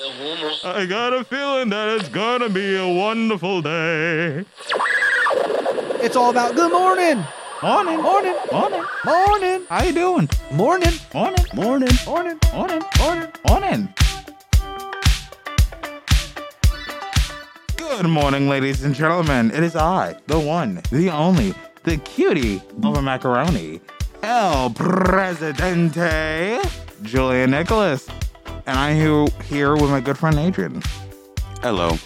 I got a feeling that it's gonna be a wonderful day. It's all about good morning, Morning, morning, morning. morning, How you doing? morning, Morning, morning, morning. morning, morning, morning. Good morning, ladies and gentlemen. It is I, the one, the only, the cutie over macaroni, El Presidente, Julia Nicholas, and I'm here, here with my good friend Adrian. Hello.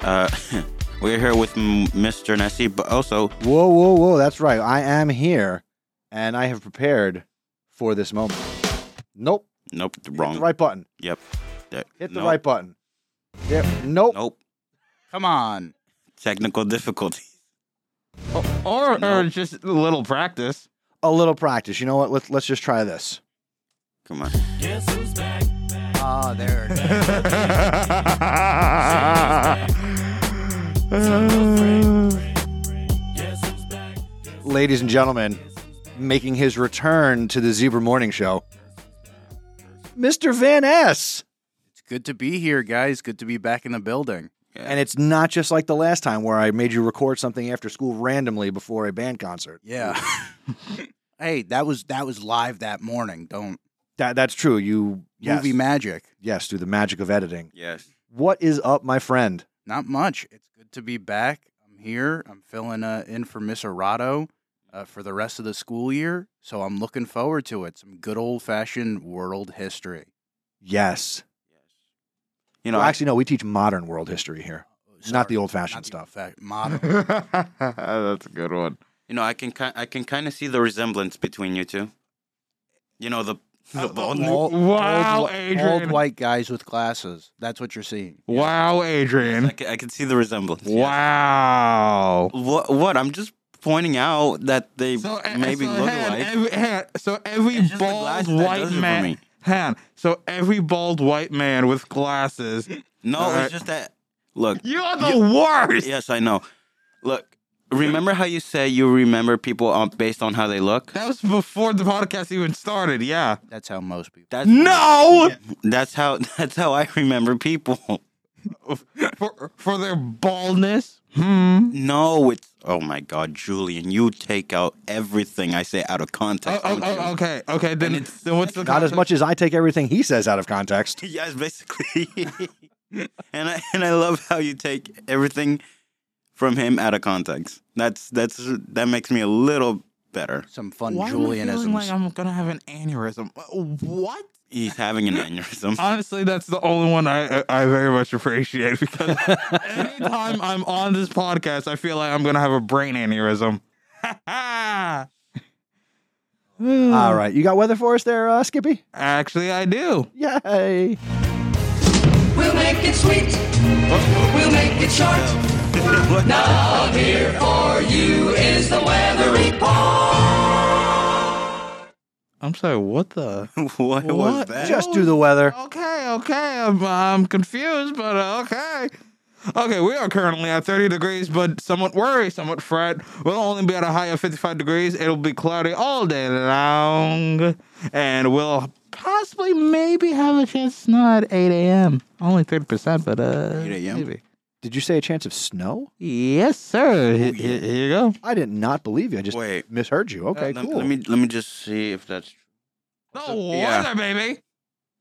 Uh, we're here with m- Mr. Nessie, but also Whoa, whoa, whoa! That's right. I am here, and I have prepared for this moment. Nope, nope, the hit wrong. the right button. Yep. That- Hit the nope, right button. There, nope. Nope. Come on. Technical difficulty. Or, or Nope. just a little practice. A little practice. You know what? Let's let's just try this. Come on. Ah, there. it is. Ladies and gentlemen, making his return to the Zebra Morning Show, Mr. Van S. It's good to be here, guys. Good to be back in the building. And it's not just like the last time where I made you record something after school randomly before a band concert. Yeah. hey, that was that was live that morning. Don't That that's true. You yes. movie magic. yes, through the magic of editing. Yes. What is up, my friend? Not much. It's good to be back. I'm here. I'm filling uh, in for Miss Arado uh, for the rest of the school year, so I'm looking forward to it. Some good old fashioned world history. Yes. You know, well, actually, no. We teach modern world history here, not the Oh, Sorry, old fashioned not the stuff. old-fash- modern. That's a good one. I, you know, I can ki- I can kind of see the resemblance between you two. You know, the the bald Bald- Wow, bald whi- Adrian. bald white guys with glasses. That's what you're seeing. Wow, I Adrian. can, I can see the resemblance. yes. Wow. What what? I'm just pointing out that they So eh, maybe so look Han, alike. Every, Han, so every It's just the bald glasses that white does it for man. me. Han, so every bald white man with glasses. no, Alright. it's just that. Look, You're the worst. Yes, I know. Look, remember how you say you remember people um, based on how they look? That was before the podcast even started. Yeah. That's how most people. That's No. That's how that's how I remember people. For for their baldness. Hmm. No, it's oh my god, Julian, you take out everything I say out of Oh, context. oh, don't oh, you? okay. Okay. Then then what's the Not as context? much as I take everything he says out of context. Yes, basically. and I and I love how you take everything from him out of context. That's that's that makes me a little better. Some fun Why am I feeling Julianisms. like I'm gonna have an aneurysm? Uh, What? He's having an aneurysm. Honestly, that's the only one I I I very much appreciate because anytime I'm on this podcast, I feel like I'm gonna have a brain aneurysm. Hmm. All right, you got weather for us there, uh, Skippy? Actually, I do. Yay! We'll make it sweet. We'll make it short. now here for you is the weather report. I'm sorry. What the? what, was What? that? Just do the weather. Okay, okay. I'm I'm confused, but uh, okay. Okay, we are currently at 30 degrees, but somewhat worried, somewhat fret. We'll only be at a high of 55 degrees. It'll be cloudy all day long. And we'll possibly maybe have a chance of snow at 8 a.m. Only 30%, but uh, 8 a.m.? maybe. Did you say a chance of snow? Yes, sir. Here, here- here you go. I did not believe you. I just Wait. misheard you. Okay, let, cool. let me let me just see if that's No Yeah. weather, baby.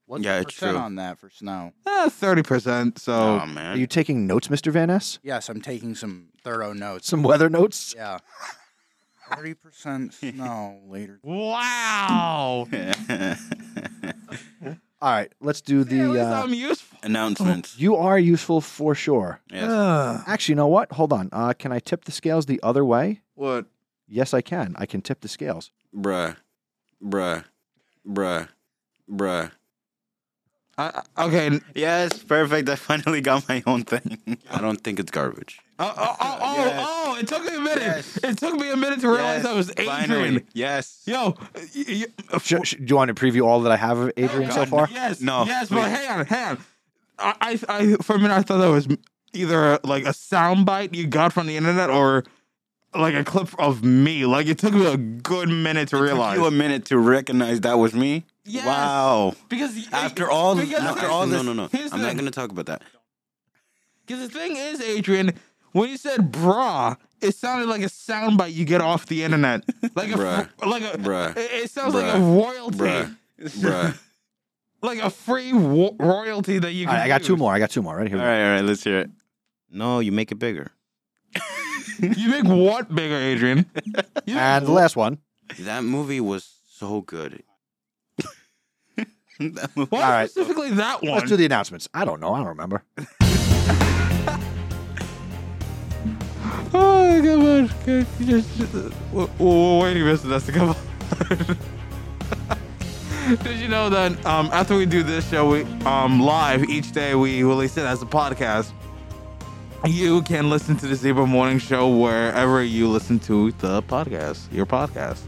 What's Yeah, the it's percent true. on that for snow? Uh, 30%. So Aw, oh, man. Are Oh, you taking notes, Mr. Van Ness? Yes, I'm taking some thorough notes. Some weather notes? Yeah. 30% snow later. wow. All right, let's do At the. least Uh, I'm useful. Announcements. you are useful for sure. Yes. Ugh. Actually, you know what? Hold on. Uh, can I tip the scales the other way? What? Yes, I can. I can tip the scales. Bruh. Bruh. Bruh. Bruh. I, I- okay, Yes, perfect. I finally got my own thing. I don't think it's garbage. Oh, oh, oh, oh, Yes. oh, it took me a minute. Yes. It took me a minute to realize yes, I was Adrian. Finally. Yes. Yo, y- y- Sh- sh- do you want to preview all that I have of Adrian so God, far? Yes. No, Yes, please. but hang on, hang on. I, I, I, for a minute, I thought that was either like a sound bite you got from the internet or like a clip of me. Like, it took me a good minute to Took realize. you a minute to recognize that was me. Yes. Wow. Because After all, because- after all this, no, no, no. here's the I'm not thing. going to talk about that. Because the thing is, Adrian, when you said "bra," it sounded like a soundbite you get off the internet, like a Bruh. fr- like a Bruh. It, it sounds like a Bruh. royalty, Bruh. Bruh. like a free wo- royalty that you. All Can right, I got two use. more. I got two more. Right here. All we go. right, all right. Let's hear it. No, you make it bigger. You make what bigger, Adrian? You make And the what- last one. That movie was so good. that movie. Why All right. specifically that one? Let's do the announcements. I don't know. I don't remember. Oh, come on. Can you Just, just, uh, w- w- wait, you missed this. Come on. Did you know that um, after we do this show we um, live each day, we release it as a podcast? You can listen to the Zebra Morning Show wherever you listen to the podcast, your podcast.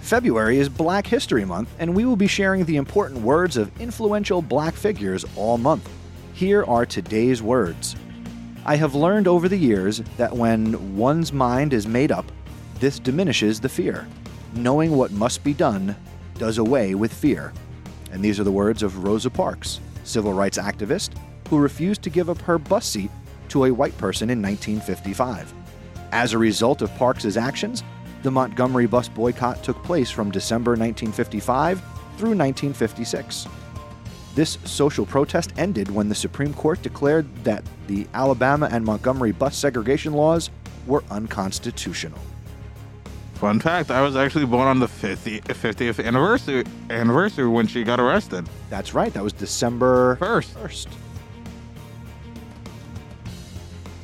February is Black History Month, and we will be sharing the important words of influential black figures all month. Here are today's words I have learned over the years that when one's mind is made up, this diminishes the fear. Knowing what must be done does away with fear. And these are the words of Rosa Parks, civil rights activist who refused to give up her bus seat to a white person in 1955. As a result of Parks' actions, the Montgomery bus boycott took place from December 1955 through 1956. This social protest ended when the Supreme Court declared that the Alabama and Montgomery bus segregation laws were unconstitutional. Fun fact I was actually born on the 50, 50th anniversary, anniversary when she got arrested. That's right, that was December First. 1st.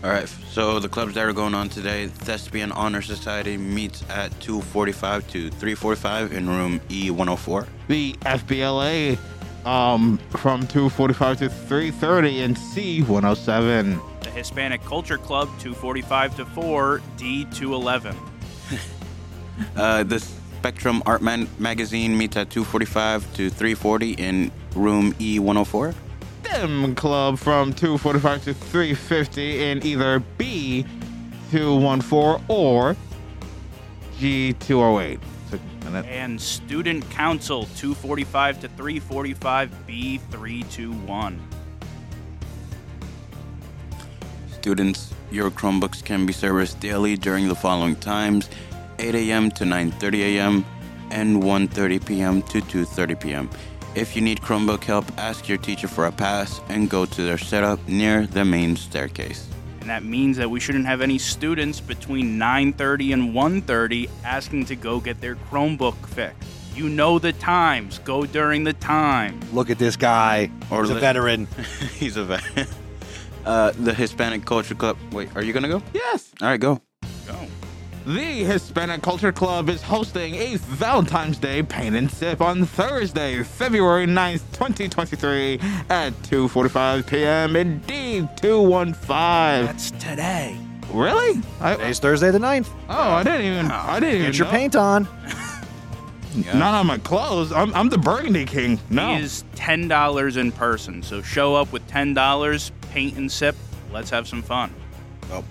All right. So the clubs that are going on today, Thespian Honor Society meets at 2:45 to 3:45 in room E E104. the FBLA um, from 2:45 to 3:30 in C107. The Hispanic Culture Club, 245 to 4, D211. Uh, the Spectrum Art Man- Magazine meets at 2:45 to 3:40 in room E E104. Them club from 2:45 to 3:50 in either B214 or G208. Took a minute. And Student Council, 245 to 345, B321. Students, your Chromebooks can be serviced daily during the following times: 8 a.m. to 9:30 a.m. and 1:30 p.m. to 2:30 p.m. If you need Chromebook help, ask your teacher for a pass and go to their setup near the main staircase. And that means that we shouldn't have any students between 9:30 and 1:30 asking to go get their Chromebook fixed. You know the times. Go during the time. Look at this guy. Or He's a li- veteran. He's a vet. Uh, the Hispanic Culture Club. Wait, are you gonna go? Yes, All right, go. Go. the Hispanic Culture Club is hosting a Valentine's Day paint and sip on Thursday, February 9th, 2023 at 2:45 p.m. in D215. That's today. Really? I, Today's Thursday the 9th. Oh, I didn't even. I didn't even. Get your know. paint on. Not on my clothes. I'm, I'm the Burgundy King. No. It is ten dollars in person. So show up with ten dollars, paint and sip. Let's have some fun. Oh.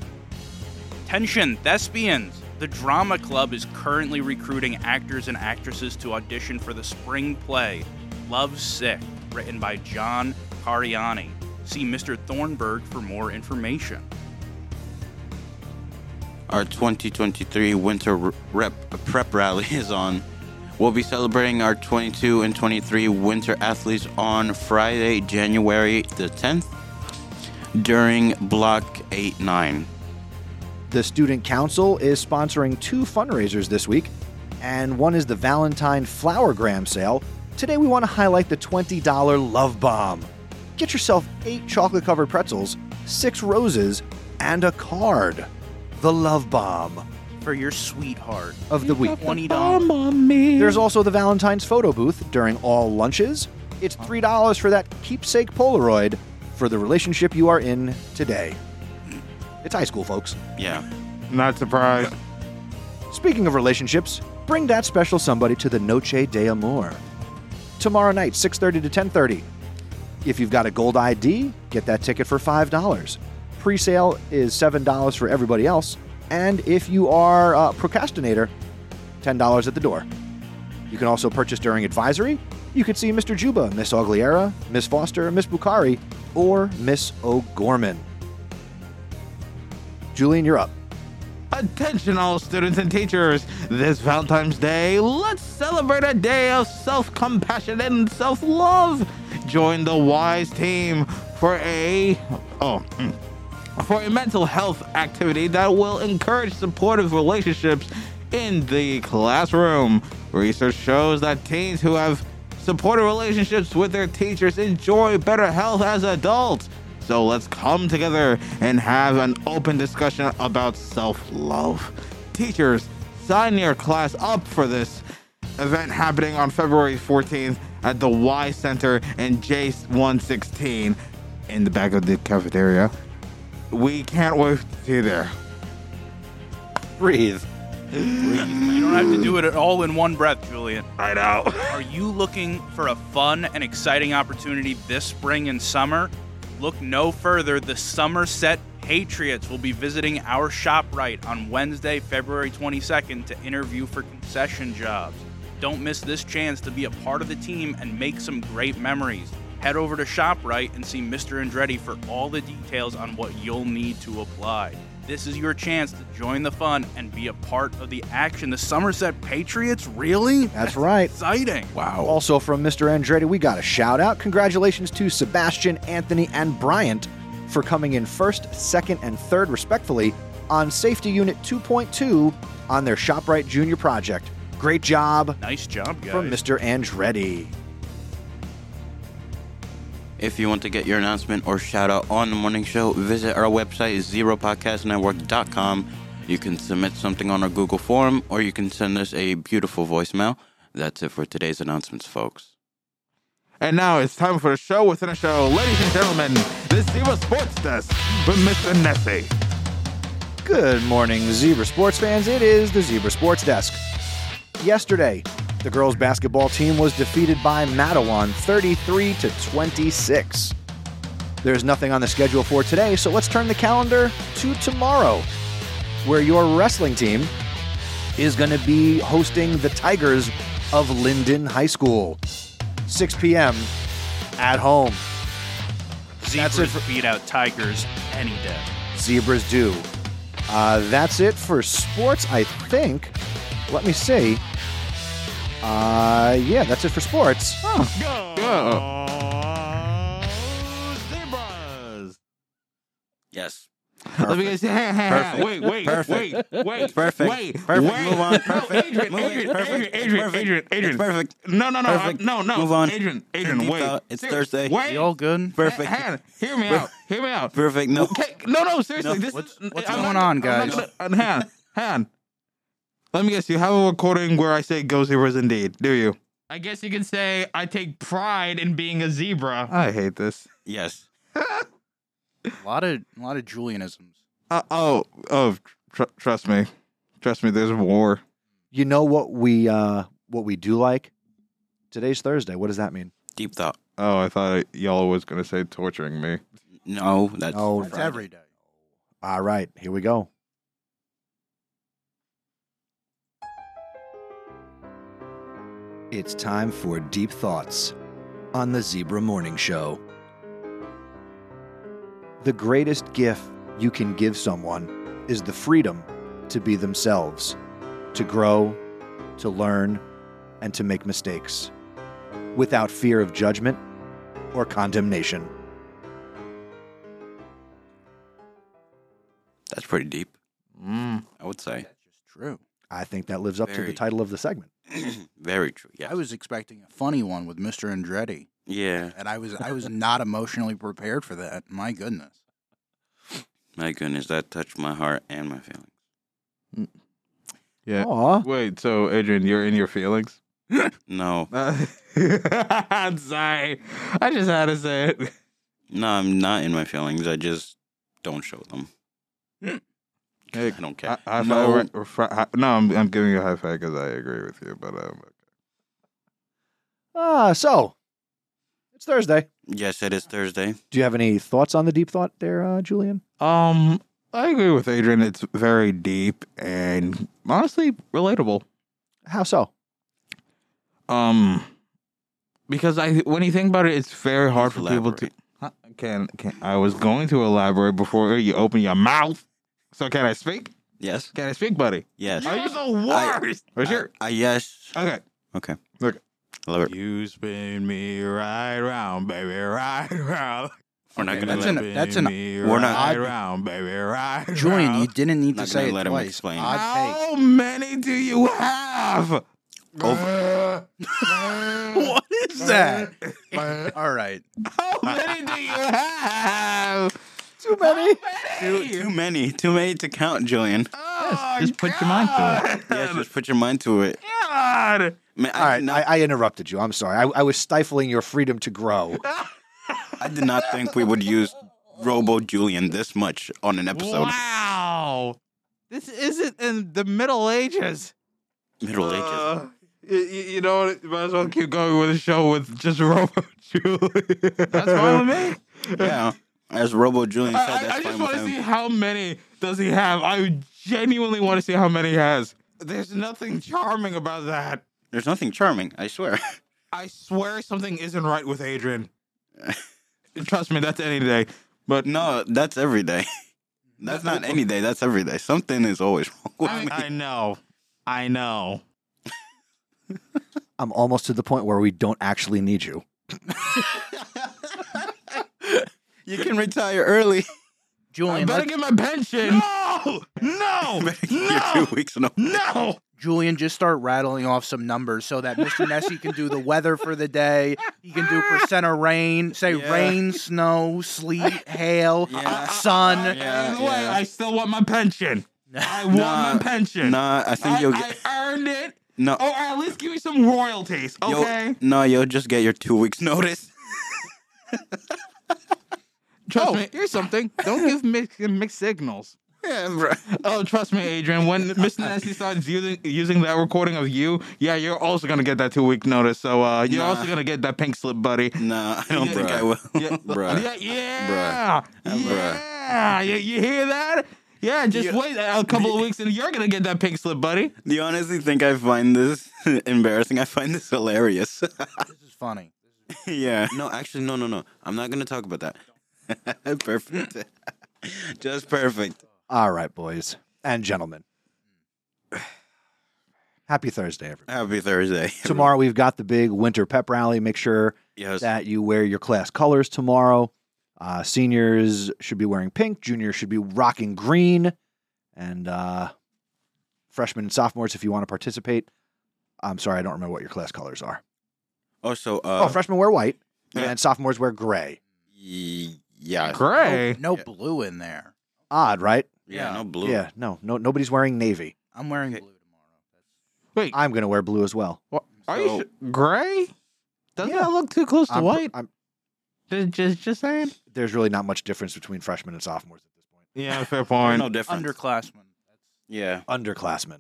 Tension, thespians. The drama club is currently recruiting actors and actresses to audition for the spring play Love Sick, written by John Cariani. See Mr. Thornburg for more information. Our 2023 winter r- rep prep rally is on. We'll be celebrating our 22 and 23 winter athletes on Friday, January the 10th, during Block 8-9. The Student Council is sponsoring two fundraisers this week, and one is the Valentine Flowergram sale. Today, we want to highlight the $20 Love Bomb. Get yourself eight chocolate covered pretzels, six roses, and a card. The Love Bomb For your sweetheart. of the week. Twenty dollars. There's also the Valentine's photo booth during all lunches. It's $3 for that keepsake Polaroid for the relationship you are in today. It's high school, folks. Yeah. Not surprised. Speaking of relationships, bring that special somebody to the Noche de Amor. Tomorrow night, 6:30 to 10:30. If you've got a gold ID, get that ticket for $5. Pre-sale is $7 for everybody else, and if you are a procrastinator, $10 at the door. You can also purchase during advisory. You could see Mr. Juba, Miss Ogliera, Miss Foster, Miss Bukhari, or Miss O'Gorman. Julian, you're up. Attention, all students and teachers. This Valentine's Day, let's celebrate a day of self compassion and self love. Join the WISE team for a. Oh. mm, For a mental health activity that will encourage supportive relationships in the classroom. Research shows that teens who have supportive relationships with their teachers enjoy better health as adults. So let's come together and have an open discussion about self love. Teachers, sign your class up for this event happening on February 14th at the Y Center in J116 in the back of the cafeteria. We can't wait to see you there. Breathe. You don't have to do it all in one breath, Julian. I know. Are you looking for a fun and exciting opportunity this spring and summer? Look no further. The Somerset Patriots will be visiting our ShopRite on Wednesday, February 22nd to interview for concession jobs. Don't miss this chance to be a part of the team and make some great memories. Head over to ShopRite and see Mr. Andretti for all the details on what you'll need to apply. This is your chance to join the fun and be a part of the action. The Somerset Patriots? Really? That's right. Exciting. Wow. Also from Mr. Andretti, we got a shout out. Congratulations to Sebastian, Anthony, and Bryant for coming in first, second, and third, respectfully, on Safety Unit 2.2 on their ShopRite Junior project. Great job Nice job, guys. from Mr. Andretti. If you want to get your announcement or shout out on the morning show, visit our website, zeropodcastnetwork.com. You can submit something on our Google form or you can send us a beautiful voicemail. That's it for today's announcements, folks. And now it's time for the show within a show. Ladies and gentlemen, this Zero Sports Desk with Mr. Nessie. Good morning, Zebra Sports fans. It is the Zebra Sports Desk. Yesterday, the girls' basketball team was defeated by Mattawan 33 to 26. There's nothing on the schedule for today, so let's turn the calendar to tomorrow, where your wrestling team is going to be hosting the Tigers of Linden High School, 6 p.m. at home. Zebras That's it for- beat out tigers any day. zebras do. Uh, that's it for sports, I think. Let me see. Uh, yeah, that's it for sports. Go. Zebras. Yes. Let me say, hey, hey, hey, wait, wait, Perfect. wait, wait, Perfect. wait, Perfect. wait. Move on. No, Perfect. Adrian, Move it. Adrian, Adrian, Perfect. It's Adrian, perfect. Adrian, It's Adrian. perfect. No, no, no, I- Perfect. no, no. Move on. Adrian, Adrian, Deep wait. thought. It's Serious- Thursday. Wait. You all good? Perfect. Hannah, hear me out. Hear me out. Perfect. No. Okay, no, no, seriously. No. This What's- is, what's I'm going not- on, I'm not guys? Gonna, Han, Han, let me guess. You have a recording where I say "Go Zebras" indeed, do you? I guess you could say I take pride in being a zebra. I hate this. Yes. A lot of a lot of Julianisms. Uh, oh, oh, tr- trust me, trust me. There's more. You know what we uh, what we do like? Today's Thursday. What does that mean? Deep thought. Oh, I thought y'all was gonna say torturing me. No. That's No, That's Friday. every day. All right, here we go. It's time for Deep Thoughts on the Zebra Morning Show. The greatest gift you can give someone is the freedom to be themselves, to grow, to learn, and to make mistakes without fear of judgment or condemnation. that's pretty deep, Mm. I would say. That's just true. I think that lives up to the Very. title of the segment. Very true. Yeah. I was expecting a funny one with Mr. Andretti, yeah. and I was I was not emotionally prepared for that. My goodness. My goodness, that touched my heart and my feelings. Yeah. Aw. Wait. So, Adrian, you're in your feelings. No. Uh, I'm sorry. I just had to say it. No, I'm not in my feelings. I just don't show them. Hey, I don't care. I, I, no. no. no, I'm, I'm giving you a high five because I agree with you, but um, Ah, so it's Thursday. Yes, it is Thursday. Do you have any thoughts on the deep thought there, uh, Julian? Um, I agree with Adrian. It's very deep and honestly relatable. How so? Um, because I when you think about it, it's very hard for people Elaborate. to. Huh? Can can I was going to elaborate before you open your mouth. So can I speak? Yes. Can I speak, buddy? Yes. Are you the worst? For sure. Uh, yes. Okay. Okay. Look. Love it. You spin me right round, baby, right round. We're not gonna That's let, an- that's an- We're not- right round, baby, right Julian, you didn't need Not to say gonna it let him twice. explain. Odd take. How many do you have? Over. What is that? All right. How many do you have? Too many. too, too many. Too many to count, Julian. Oh, Just put your mind to it. Yes, just put your mind to it. God. Man, I, All right, did I, not, I interrupted you. I'm sorry. I, I was stifling your freedom to grow. I did not think we would use Robo Julian this much on an episode. Wow. This isn't in the Middle Ages. Middle Ages. Uh, you, you know, what? might as well keep going with the show with just Robo Julian. That's fine with me. yeah. As Robo Julian said, I, that's I just fine want with to see him. how many does he have. I genuinely want to see how many he has. There's nothing charming about that. There's nothing charming, I swear. I swear something isn't right with Adrian. Trust me, that's any day. But No, that's every day. That's not any day. That's every day. Something is always wrong with I, me. I know, I know. I'm almost to the point where we don't actually need you. You can retire early. I Julian, better let, get my pension. No, no, You're two weeks in a no. Julian, just start rattling off some numbers so that Mr. Nessie can do the weather for the day. He can do percent of rain. Say Yeah. rain, snow, sleet, hail, Yeah. sun. Yeah, Either way, yeah. I still want my pension. I want Nah, my pension. Nah, I think I, you'll get I earned it. no. Or at least give me some royalties, you'll- okay? no, you'll just get your two weeks notice. Trust Oh. me. Here's something. Don't give mixed, mixed signals. Yeah, bro. Oh, trust me, Adrian. When Miss Nancy starts using using that recording of you, yeah, you're also gonna get that two week notice. So uh, you're Nah. also gonna get that pink slip, buddy. Nah, I don't Yeah, think bruh. I will. Yeah, Bruh. yeah, yeah, Bruh. yeah. You, you hear that? Yeah, just Yeah. wait a couple of weeks and you're gonna get that pink slip, buddy. Do you honestly think I find this embarrassing? I find this hilarious. This is funny. yeah. No, actually, no, no, no. I'm not gonna talk about that. perfect. just perfect. All right, boys and gentlemen. Happy Thursday, everyone. Happy Thursday. Tomorrow we've got the big winter pep rally. Make sure Yes. that you wear your class colors tomorrow. Uh, seniors should be wearing pink. Juniors should be rocking green. And uh, freshmen and sophomores, if you want to participate. I'm sorry, I don't remember what your class colors are. Also, uh, oh, freshmen wear white, yeah. and sophomores wear gray. y- yeah. Gray. No Yeah. blue in there. Odd, right? Yeah. Yeah. No blue. Yeah, no, no, nobody's wearing navy. I'm wearing Okay. blue tomorrow. Wait, I'm gonna wear blue as well. are so- you sure? gray? Doesn't Yeah. that look too close to I'm pr- white? I'm- Just, just, just saying. there's really not much difference between freshmen and sophomores at this point. Yeah, fair There's point. No difference. Underclassmen. Yeah. Underclassmen.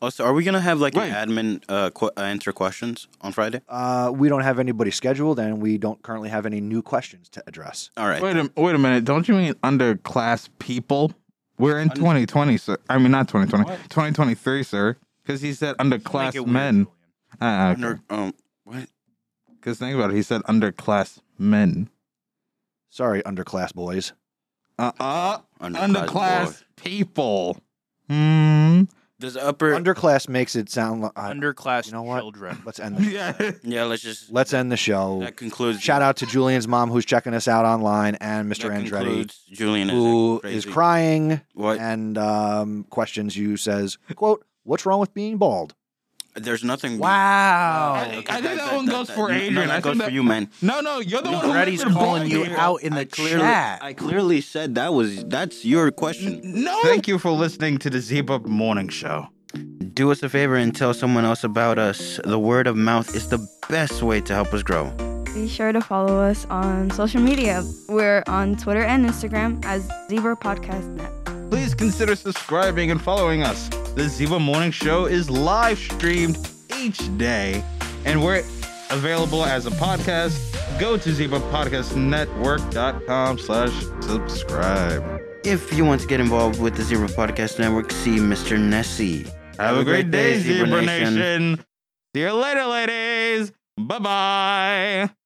Also, are we gonna have like Wait. an admin uh, qu- uh, answer questions on Friday? Uh, we don't have anybody scheduled, and we don't currently have any new questions to address. All right. Wait a wait a minute. Don't you mean underclass people? We're in 2020, sir. I mean, not 2020, 2023, sir. Because he said That's- Make it underclass weird, men. Julian. Ah, okay. Under, um, what? Because think about it. He said underclass men. Sorry, underclass boys. Uh, uh Underclass. underclass boy. people. Hmm. Does upper? Underclass makes it sound like. Uh, Underclass you know what? children. let's end. The, Yeah. yeah. Let's just. let's end the show. That concludes. Shout out to Julian's mom who's checking us out online, and Mr. that Andretti concludes Julian who is, is crying What? and um, questions you. Says, "quote What's wrong with being bald?" There's nothing. I, Wow. I think that, one goes for no, Adrian. No, that I goes think that, for you, man. No, no, you're the one who Freddy's lives in calling you Baltimore. out in the Clearly, chat. I clearly said that was that's your question. No. Thank you for listening to the Zebub Morning Show. Do us a favor and tell someone else about us. The word of mouth is the best way to help us grow. Be sure to follow us on social media. We're on Twitter and Instagram as Zebra Podcast Net. Please consider subscribing and following us. The Zebub Morning Show is live streamed each day, and we're available as a podcast. Go to zebubpodcastnetwork.com slash subscribe. If you want to get involved with the Zebra Podcast Network, see Mr. Nessie. Have a great day, Zebra Nation. See you later, ladies. Bye bye.